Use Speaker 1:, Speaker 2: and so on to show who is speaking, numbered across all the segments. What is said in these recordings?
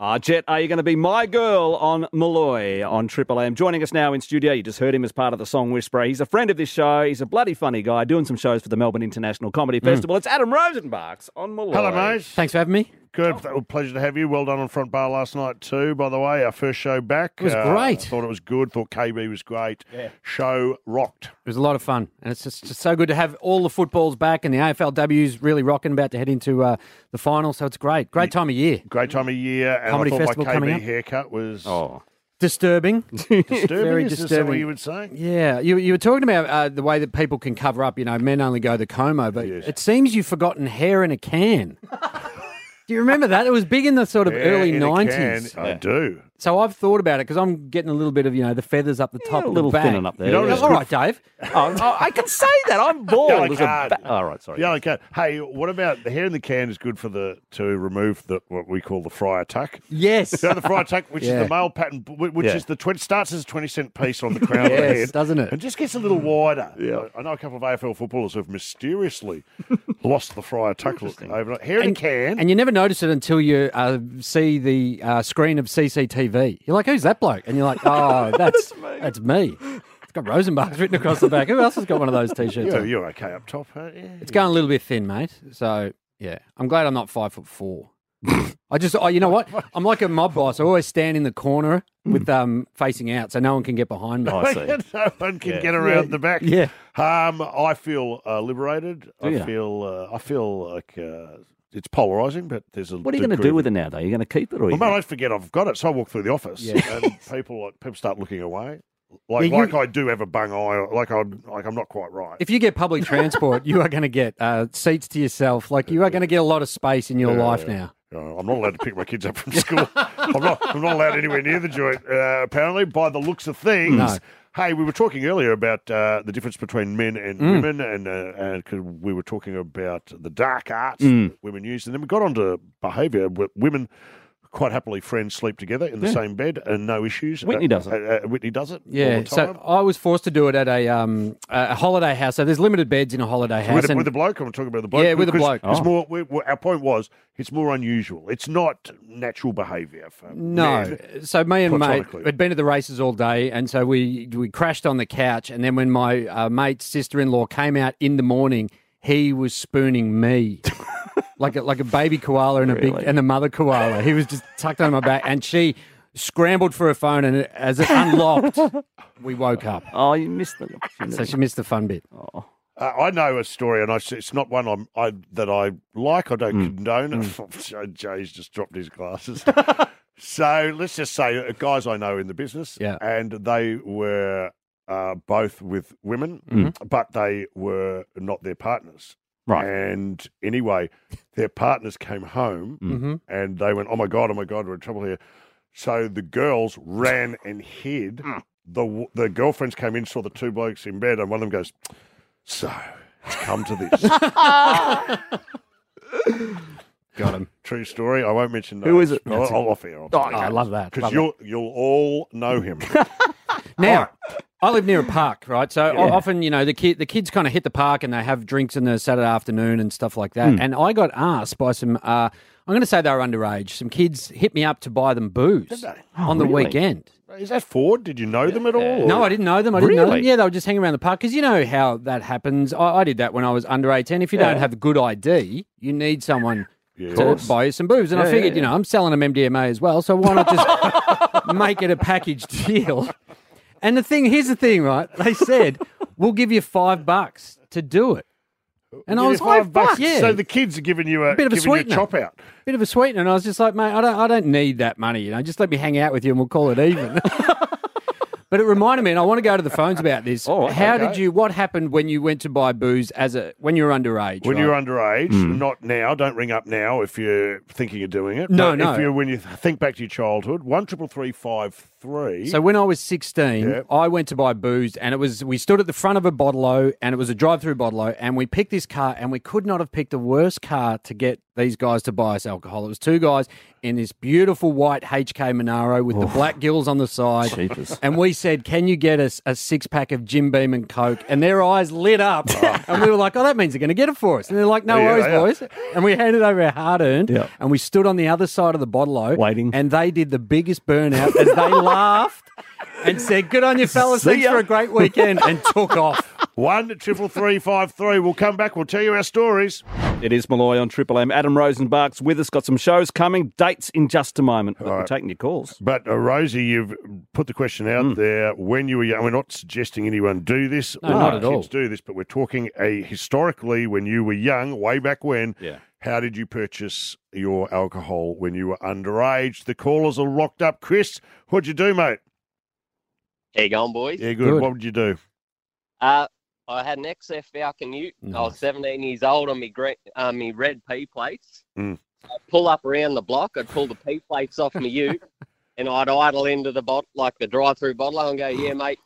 Speaker 1: Ah, Jet, are you going to be my girl on Malloy on Triple M? Joining us now in studio, you just heard him as part of the song Whisperer. He's a friend of this show. He's a bloody funny guy doing some shows for the Melbourne International Comedy Festival. It's Adam Rosenbach's on Malloy.
Speaker 2: Mm. Hello, mate.
Speaker 3: Thanks for having me.
Speaker 2: Good. Well, Pleasure to have you. Well done on Front Bar last night, too, by the way. Our first show back. It
Speaker 3: was great.
Speaker 2: Thought it was good. Thought KB was great. Yeah. Show rocked.
Speaker 3: It was a lot of fun, and it's just, just so good to have all the footballs back, and the AFLW's really rocking, about to head into uh, the final, so it's great. Great time of year.
Speaker 2: Great time of year. And
Speaker 3: Comedy
Speaker 2: I thought
Speaker 3: festival
Speaker 2: my
Speaker 3: coming
Speaker 2: KB
Speaker 3: up.
Speaker 2: haircut was
Speaker 1: Oh.
Speaker 3: Disturbing.
Speaker 2: disturbing.
Speaker 3: Very
Speaker 2: Is this
Speaker 3: disturbing.
Speaker 2: what you would say?
Speaker 3: yeah, you, you were talking about uh, the way that people can cover up. You know, men only go the Como, but
Speaker 2: Yes.
Speaker 3: it seems you've forgotten hair in a can. Do you remember that? It was big in the sort of
Speaker 2: Yeah,
Speaker 3: early
Speaker 2: in a can.
Speaker 3: nineties.
Speaker 2: I do.
Speaker 3: So I've thought about it because I'm getting a little bit of you know the feathers up the top,
Speaker 1: a
Speaker 3: of
Speaker 1: little
Speaker 3: the back.
Speaker 1: thinning up there,
Speaker 3: You know,
Speaker 2: yeah.
Speaker 3: All right, Dave.
Speaker 1: Oh, oh, I can say that. I'm bald.
Speaker 2: Yellow
Speaker 1: as a
Speaker 2: card.
Speaker 1: ba- All right, sorry.
Speaker 2: Yellow cat. Hey, what about the hair in the can is good for the to remove the what we call the fryer tuck.
Speaker 3: Yes.
Speaker 2: You know the fryer tuck, which
Speaker 3: Yeah.
Speaker 2: is the male pattern, b- wh- which
Speaker 1: Yeah.
Speaker 2: is the 20, starts as a twenty cent piece on the crown of the
Speaker 3: Yes,
Speaker 2: head,
Speaker 3: doesn't it?
Speaker 2: And just gets a little wider. Yeah, I know a couple of AFL footballers who've mysteriously lost the fryer tuck look overnight. Hair in a can.
Speaker 3: And you never notice it until you uh, see the uh, screen of CCTV. You're like, who's that bloke? And you're like, oh, that's, that's me. It's got Rosenbach's written across the back. Who else has got one of those t shirts?
Speaker 2: you're, you're okay up top. huh? Yeah.
Speaker 3: It's going a little bit thin, mate. So, yeah, I'm glad I'm not five foot four. I just, oh, you know what? I'm like a mob boss. I always stand in the corner with um facing out so no one can get behind me.
Speaker 1: I see.
Speaker 2: no one can
Speaker 1: Yeah.
Speaker 2: get around the back.
Speaker 3: Yeah.
Speaker 2: Um, I feel uh, liberated. I
Speaker 1: ya?
Speaker 2: feel. Uh, I feel like uh, it's polarizing, but there's a.
Speaker 1: What are you going to
Speaker 2: degree
Speaker 1: do
Speaker 2: of-
Speaker 1: with it now, though? Are you going to keep it or are you
Speaker 2: Well, mate,
Speaker 1: gonna-
Speaker 2: I forget I've got it, so I walk through the office, and people like people start looking away, like
Speaker 3: Yeah, you-
Speaker 2: like I do have a bung eye, like I'm like I'm not quite right.
Speaker 3: If you get public transport, you are going to get uh, seats to yourself. Like, you are going to get a lot of space in your life now.
Speaker 2: Uh, I'm not allowed to pick my kids up from school. I'm not. I'm not allowed anywhere near the joint. Uh, apparently, by the looks of things.
Speaker 3: No.
Speaker 2: Hey, we were talking earlier about uh, the difference between men and
Speaker 3: Mm.
Speaker 2: women, and uh, and 'cause we were talking about the dark arts
Speaker 3: Mm.
Speaker 2: that women use, and then we got onto behaviour. Women quite happily friends sleep together in the same bed and no issues.
Speaker 1: Whitney does it.
Speaker 2: Uh, uh, Whitney does it. all
Speaker 3: Yeah,
Speaker 2: the time.
Speaker 3: so I was forced to do it at a um, a holiday house. So there's limited beds in a holiday house.
Speaker 2: With a,
Speaker 3: and
Speaker 2: with a bloke, I'm talking about the bloke.
Speaker 3: Yeah, with a
Speaker 2: because
Speaker 3: bloke.
Speaker 2: It's
Speaker 3: Oh.
Speaker 2: more. We, we- our point was, it's more unusual. It's not natural behaviour for
Speaker 3: no,
Speaker 2: men.
Speaker 3: so me and mate
Speaker 2: Platonically.
Speaker 3: had been at the races all day, and so we we crashed on the couch. And then when my uh, mate's sister-in-law came out in the morning, he was spooning me. Like a, like a baby koala and a big and a mother koala. He was just tucked under my back, and she scrambled for her phone, and as it unlocked, we woke up.
Speaker 1: Oh, you missed the
Speaker 3: So
Speaker 1: opportunity. Oh.
Speaker 3: she missed the fun bit.
Speaker 2: Uh, I know a story, and I, it's not one I'm, I that I like. I don't condone. Jay's just dropped his glasses. so let's just say, uh, guys I know in the business,
Speaker 3: Yeah.
Speaker 2: and they were uh, both with women, but they were not their partners.
Speaker 1: Right.
Speaker 2: And anyway, their partners came home, and they went, "Oh my god! Oh my god! We're in trouble here." So the girls ran and hid. The w- the girlfriends came in, saw the two blokes in bed, and one of them goes, "So it's come to this."
Speaker 3: Got him.
Speaker 2: True story. I won't mention names.
Speaker 1: Who is it?
Speaker 2: I'll, I'll off air.
Speaker 3: Oh, I love that.
Speaker 2: because
Speaker 3: Love
Speaker 2: you'll you'll all know him.
Speaker 3: Now, I live near a park, right? So o- often, you know, the kid, the kids kind of hit the park and they have drinks in the Saturday afternoon and stuff like that. And I got asked by some, uh, I'm going to say they were underage. Some kids hit me up to buy them booze
Speaker 2: they?
Speaker 3: on the
Speaker 1: really?
Speaker 3: weekend.
Speaker 2: is that Ford? Did you know them at all?
Speaker 3: No, I didn't know them. I didn't know them.
Speaker 1: Really?
Speaker 3: Yeah, they were just hanging around the park because you know how that happens. I, I did that when I was under 18. If you don't have a good ID, you need someone. To
Speaker 2: course.
Speaker 3: buy you some booze, and I
Speaker 1: yeah,
Speaker 3: figured, you
Speaker 1: yeah.
Speaker 3: know, I'm selling them MDMA as well, so why not just make it a package deal? And the thing here's the thing, right? They said we'll give you five bucks to do it, and I was like,
Speaker 2: five bucks.
Speaker 3: yeah,
Speaker 2: So the kids are giving you a
Speaker 3: Bit of a
Speaker 2: giving you
Speaker 3: sweetener.
Speaker 2: chop out.
Speaker 3: bit of a sweetener. And I was just like, mate, I don't, I don't need that money. You know, just let me hang out with you and we'll call it even. but it reminded me, and I want to go to the phones about this.
Speaker 1: Oh, okay.
Speaker 3: How did you? What happened when you went to buy booze as a when you were underage?
Speaker 2: When
Speaker 3: right? Hmm.
Speaker 2: you're underage, not now. Don't ring up now if you're thinking of doing it.
Speaker 3: No,
Speaker 2: But
Speaker 3: no.
Speaker 2: If you when you think back to your childhood, one triple three five three.
Speaker 3: So when I was 16,
Speaker 2: Yeah.
Speaker 3: I went to buy booze and it was we stood at the front of a bottle and it was a drive-through bottle and we picked this car and we could not have picked a worse car to get these guys to buy us alcohol. It was two guys in this beautiful white HK Monaro with the
Speaker 2: Oh,
Speaker 3: black gills on the side.
Speaker 1: Jeepers.
Speaker 3: And we said, Can you get us a six pack of Jim Beam and Coke? And their eyes lit up. and we were like, Oh, that means they're going to get it for us. And they're like, No
Speaker 2: Ah. Yeah,
Speaker 3: worries,
Speaker 2: yeah.
Speaker 3: boys. And we handed over our hard earned.
Speaker 1: Yeah.
Speaker 3: And we stood on the other side of the bottle
Speaker 1: Waiting.
Speaker 3: And they did the biggest burnout as they laughed and said, Good on you, fellas.
Speaker 1: See
Speaker 3: Thanks
Speaker 1: ya."
Speaker 3: for a great weekend. And took off.
Speaker 2: One triple three five three. We'll come back. We'll tell you our stories.
Speaker 1: It is Malloy on Triple M. Adam Rosenbach's with us. Got some shows coming. Dates in just a moment. Look, We're taking your calls.
Speaker 2: But uh, Rosie, you've put the question out there. When you were young, we're not suggesting anyone do this.
Speaker 3: Hmm. No, not at all.
Speaker 2: Kids do this, but we're talking a historically when you were young, way back when.
Speaker 1: Yeah.
Speaker 2: How did you purchase your alcohol when you were underage? The callers are locked up. Chris, what'd you do, mate?
Speaker 4: How you going, boys?
Speaker 2: Yeah, good.
Speaker 3: Good.
Speaker 2: What would you do?
Speaker 4: Uh, I had an XF Falcon Ute. I was 17 years old on me green, uh, me red P plates.
Speaker 2: Mm.
Speaker 4: I'd pull up around the block. I'd pull the P plates off my Ute, and I'd idle into the bot like the drive-through bottle and go, "Yeah, mate."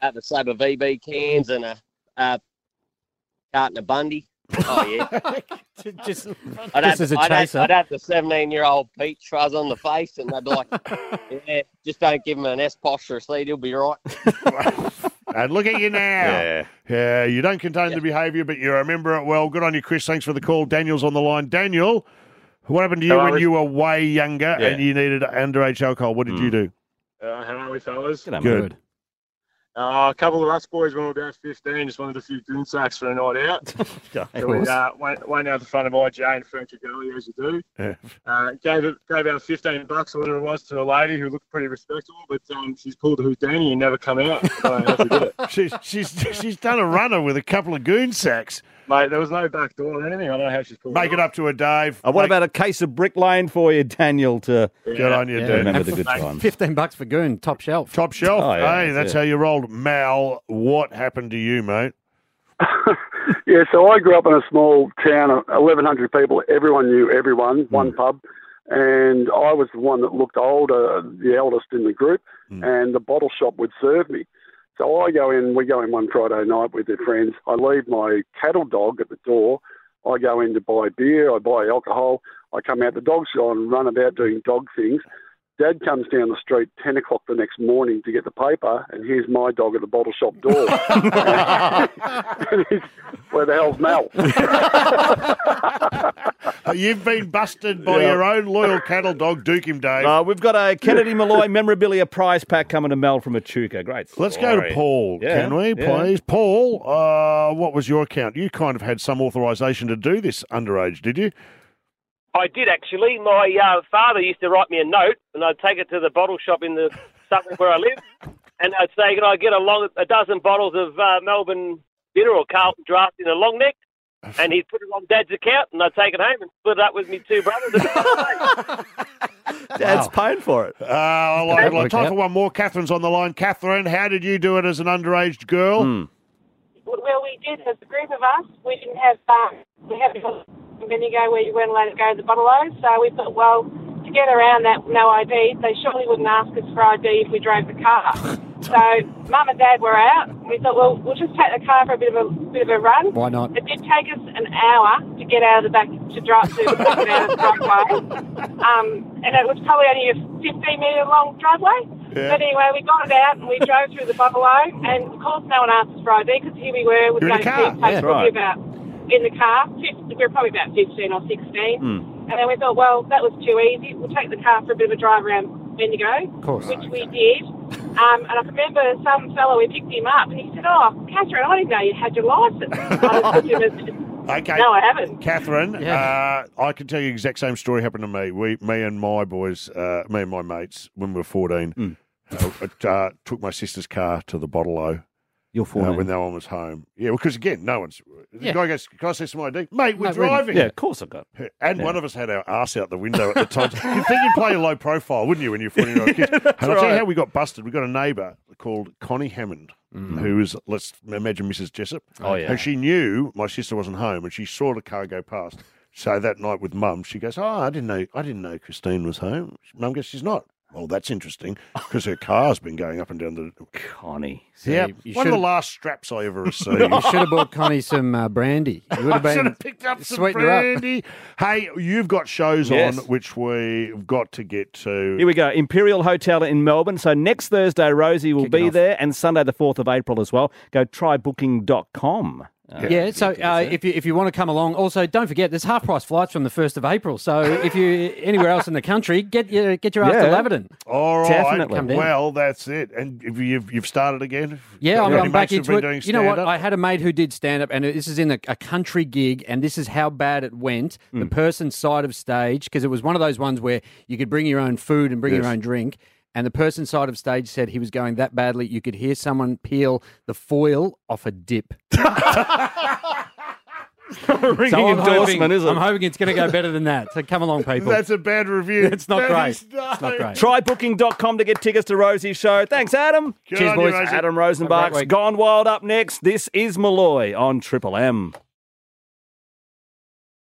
Speaker 4: Have a slab of VB cans and a, a carton of Bundy. Oh yeah.
Speaker 3: Just,
Speaker 4: I'd
Speaker 3: Just
Speaker 4: have,
Speaker 3: as a
Speaker 4: I'd have-
Speaker 3: chaser.
Speaker 4: I'd have the 17 year old Pete Truz on the face, and they'd be like, yeah, just don't give him an S posturous lead, he'll be right.
Speaker 2: and look at you now. Yeah. you don't contain the behaviour, but you remember it well. Good on you, Chris. Thanks for the call. Daniel's on the line. Daniel, what happened to you
Speaker 5: Hello,
Speaker 2: when
Speaker 5: Rich.
Speaker 2: you were way younger
Speaker 5: Yeah.
Speaker 2: and you needed underage alcohol? What did
Speaker 3: Hmm.
Speaker 2: you do?
Speaker 5: Uh, how are we, fellas?
Speaker 1: G'day, mate.
Speaker 2: Good.
Speaker 5: Uh, a couple of us boys, when we were about 15, just wanted a few goon sacks for a night out. so we uh, went, went out the front of IJ and Furniture Gully, as you do.
Speaker 2: Yeah.
Speaker 5: Uh, gave it, gave out 15 bucks or whatever it was to a lady who looked pretty respectable, but um, she's pulled a Houdini and never come out. So I had to do it.
Speaker 2: she's she's she's done a runner with a couple of goon sacks.
Speaker 5: Mate, there was no back door or anything. I don't know how she's pulled
Speaker 2: Make it up to her, Dave.
Speaker 1: Uh, what
Speaker 2: Make-
Speaker 1: about a case of Brick Lane for you, Daniel, to
Speaker 5: Yeah.
Speaker 2: good on you,
Speaker 3: Yeah.
Speaker 2: dude?
Speaker 3: And
Speaker 1: remember the
Speaker 3: for-
Speaker 1: good times?
Speaker 3: 15 bucks for Goon, top shelf.
Speaker 2: Top shelf.
Speaker 1: Oh, yeah,
Speaker 2: hey,
Speaker 1: that's
Speaker 2: that's
Speaker 1: it.
Speaker 2: how you rolled, Mal. What happened to you, mate?
Speaker 6: Yeah, so I grew up in a small town of 1,100 people. Everyone knew everyone, one pub. And I was the one that looked older, the eldest in the group, and the bottle shop would serve me. So I go in, we go in one Friday night with their friends. I leave my cattle dog at the door. I go in to buy beer, I buy alcohol. I come out, the dog's gone, run about doing dog things. Dad comes down the street 10 o'clock the next morning to get the paper, and here's my dog at the bottle shop door. And he's, Where the hell's Mel?
Speaker 2: Uh, You've been busted by your own loyal cattle dog, Duke him, Dave.
Speaker 1: Uh, we've got a Kennedy Malloy memorabilia prize pack coming to Mel from Echuca. Great.
Speaker 2: Let's go to
Speaker 1: story.
Speaker 2: Paul,
Speaker 1: Yeah,
Speaker 2: can we,
Speaker 1: yeah.
Speaker 2: please? Paul, uh, what was your account? You kind of had some authorization to do this underage, did you?
Speaker 7: I did actually. My uh, father used to write me a note, and I'd take it to the bottle shop in the suburb where I live, and I'd say, "Can I get a long a dozen bottles of uh, Melbourne bitter or Carlton draft in a long neck?" And he'd put it on Dad's account, and I'd take it home and split it up with me two brothers.
Speaker 1: Dad's paying for it.
Speaker 2: Uh, I like,
Speaker 3: that
Speaker 2: like-
Speaker 3: work
Speaker 2: time
Speaker 3: out?
Speaker 2: for one more. Catherine's on the line. Catherine, how did you do it as an underage girl?
Speaker 1: Hmm.
Speaker 8: Well, we did as a group of us. We didn't have um, we had a vinegar where you weren't allowed to go to the bottle load, so we thought, well, to get around that no ID, they surely wouldn't ask us for ID if we drove the car. so mum and dad were out. We thought, well, we'll just take the car for a bit of a bit of a run.
Speaker 3: Why not?
Speaker 8: It did take us an hour to get out of the back to drive to the back out of the driveway, um, and it was probably only a 15 minute long driveway. But anyway, we got it out and we drove through the buffalo, and of course, no one asked us for ID because here we were with
Speaker 2: You're
Speaker 8: no
Speaker 2: in the car.
Speaker 8: seat
Speaker 1: Yeah.
Speaker 8: tape,
Speaker 1: Right.
Speaker 8: probably about in the car. Fif- We were probably about 15 or 16,
Speaker 1: Hmm.
Speaker 8: and then we thought, well, that was too easy. We'll take the car for a bit of a drive around Bendigo, of
Speaker 3: course.
Speaker 8: which we did. Um, and I remember some fellow, we picked him up and he said, Oh, Catherine, I didn't know you had your license. I looked at him and
Speaker 2: Okay.
Speaker 8: no, I haven't.
Speaker 2: Catherine,
Speaker 3: Yeah.
Speaker 2: uh, I can tell you the exact same story happened to me. We, me and my boys, uh, me and my mates, when we were 14, uh, uh, took my sister's car to the bottle o.
Speaker 1: You're
Speaker 2: uh,
Speaker 1: 14.
Speaker 2: when no one was home. Yeah, because again, no one's. The
Speaker 3: Yeah.
Speaker 2: guy goes, Can I see some ID? Mate, we're
Speaker 3: Mate, we're-
Speaker 2: driving.
Speaker 1: yeah, of course I got. it.
Speaker 2: And one of us had our ass out the window at the time. you'd think you'd play a low profile, wouldn't you, when you're 49 kids? And I'll tell you how we got busted. We got a neighbour called Connie Hammond, who was, let's imagine, Mrs. Jessup.
Speaker 1: Oh, yeah.
Speaker 2: And she knew my sister wasn't home and she saw the car go past. So that night with mum, she goes, Oh, I didn't know I didn't know Christine was home. Mum goes, She's not. Well, that's interesting because her car's been going up and down the.
Speaker 1: Connie.
Speaker 2: Yeah,
Speaker 3: you- you
Speaker 2: one of the
Speaker 3: should've-
Speaker 2: last straps I ever received.
Speaker 3: You should have bought Connie some uh, brandy. You would have
Speaker 2: I should
Speaker 3: been
Speaker 2: have picked up some
Speaker 3: sweetened her up.
Speaker 2: brandy. Hey, you've got shows
Speaker 1: Yes.
Speaker 2: on which we've got to get to.
Speaker 1: Here we go. Imperial Hotel in Melbourne. So next Thursday, Rosie will be
Speaker 3: off.
Speaker 1: there, and Sunday, the 4th of April as well. Go trybooking.com. Uh,
Speaker 3: Yeah, so uh, if you if you want to come along, also don't forget there's half price flights from the first of April. So if you anywhere else in the country, get your get your ass
Speaker 1: Yeah.
Speaker 3: to Laverton.
Speaker 2: All right.
Speaker 1: Definitely.
Speaker 3: Come down.
Speaker 2: Well, that's it. And if you've you've started again.
Speaker 3: Yeah, I'm,
Speaker 2: Any
Speaker 3: I'm back
Speaker 2: mates have
Speaker 3: into
Speaker 2: been doing
Speaker 3: it. You know what?
Speaker 2: stand-up?
Speaker 3: I had a mate who did stand up, and this is in a, a country gig, and this is how bad it went. The
Speaker 2: Mm.
Speaker 3: person's side of stage, because it was one of those ones where you could bring your own food and bring your
Speaker 2: Yes.
Speaker 3: own drink. And the person's side of stage said he was going that badly, you could hear someone peel the foil off a dip.
Speaker 1: Ringing
Speaker 3: So I'm
Speaker 1: endorsement,
Speaker 3: hoping,
Speaker 1: is it?
Speaker 3: I'm hoping it's going to go better than that. So come along, people.
Speaker 2: That's a bad review.
Speaker 3: It's not
Speaker 2: That
Speaker 3: great.
Speaker 2: is-
Speaker 3: It's not great.
Speaker 1: Trybooking.com to get tickets to Rosie's show. Thanks, Adam.
Speaker 2: Good
Speaker 3: Cheers,
Speaker 2: on you,
Speaker 3: boys.
Speaker 2: Rosie.
Speaker 1: Adam
Speaker 3: Have a great
Speaker 1: Rosenbach's
Speaker 3: week.
Speaker 1: Gone Wild up next. This is Malloy on Triple M.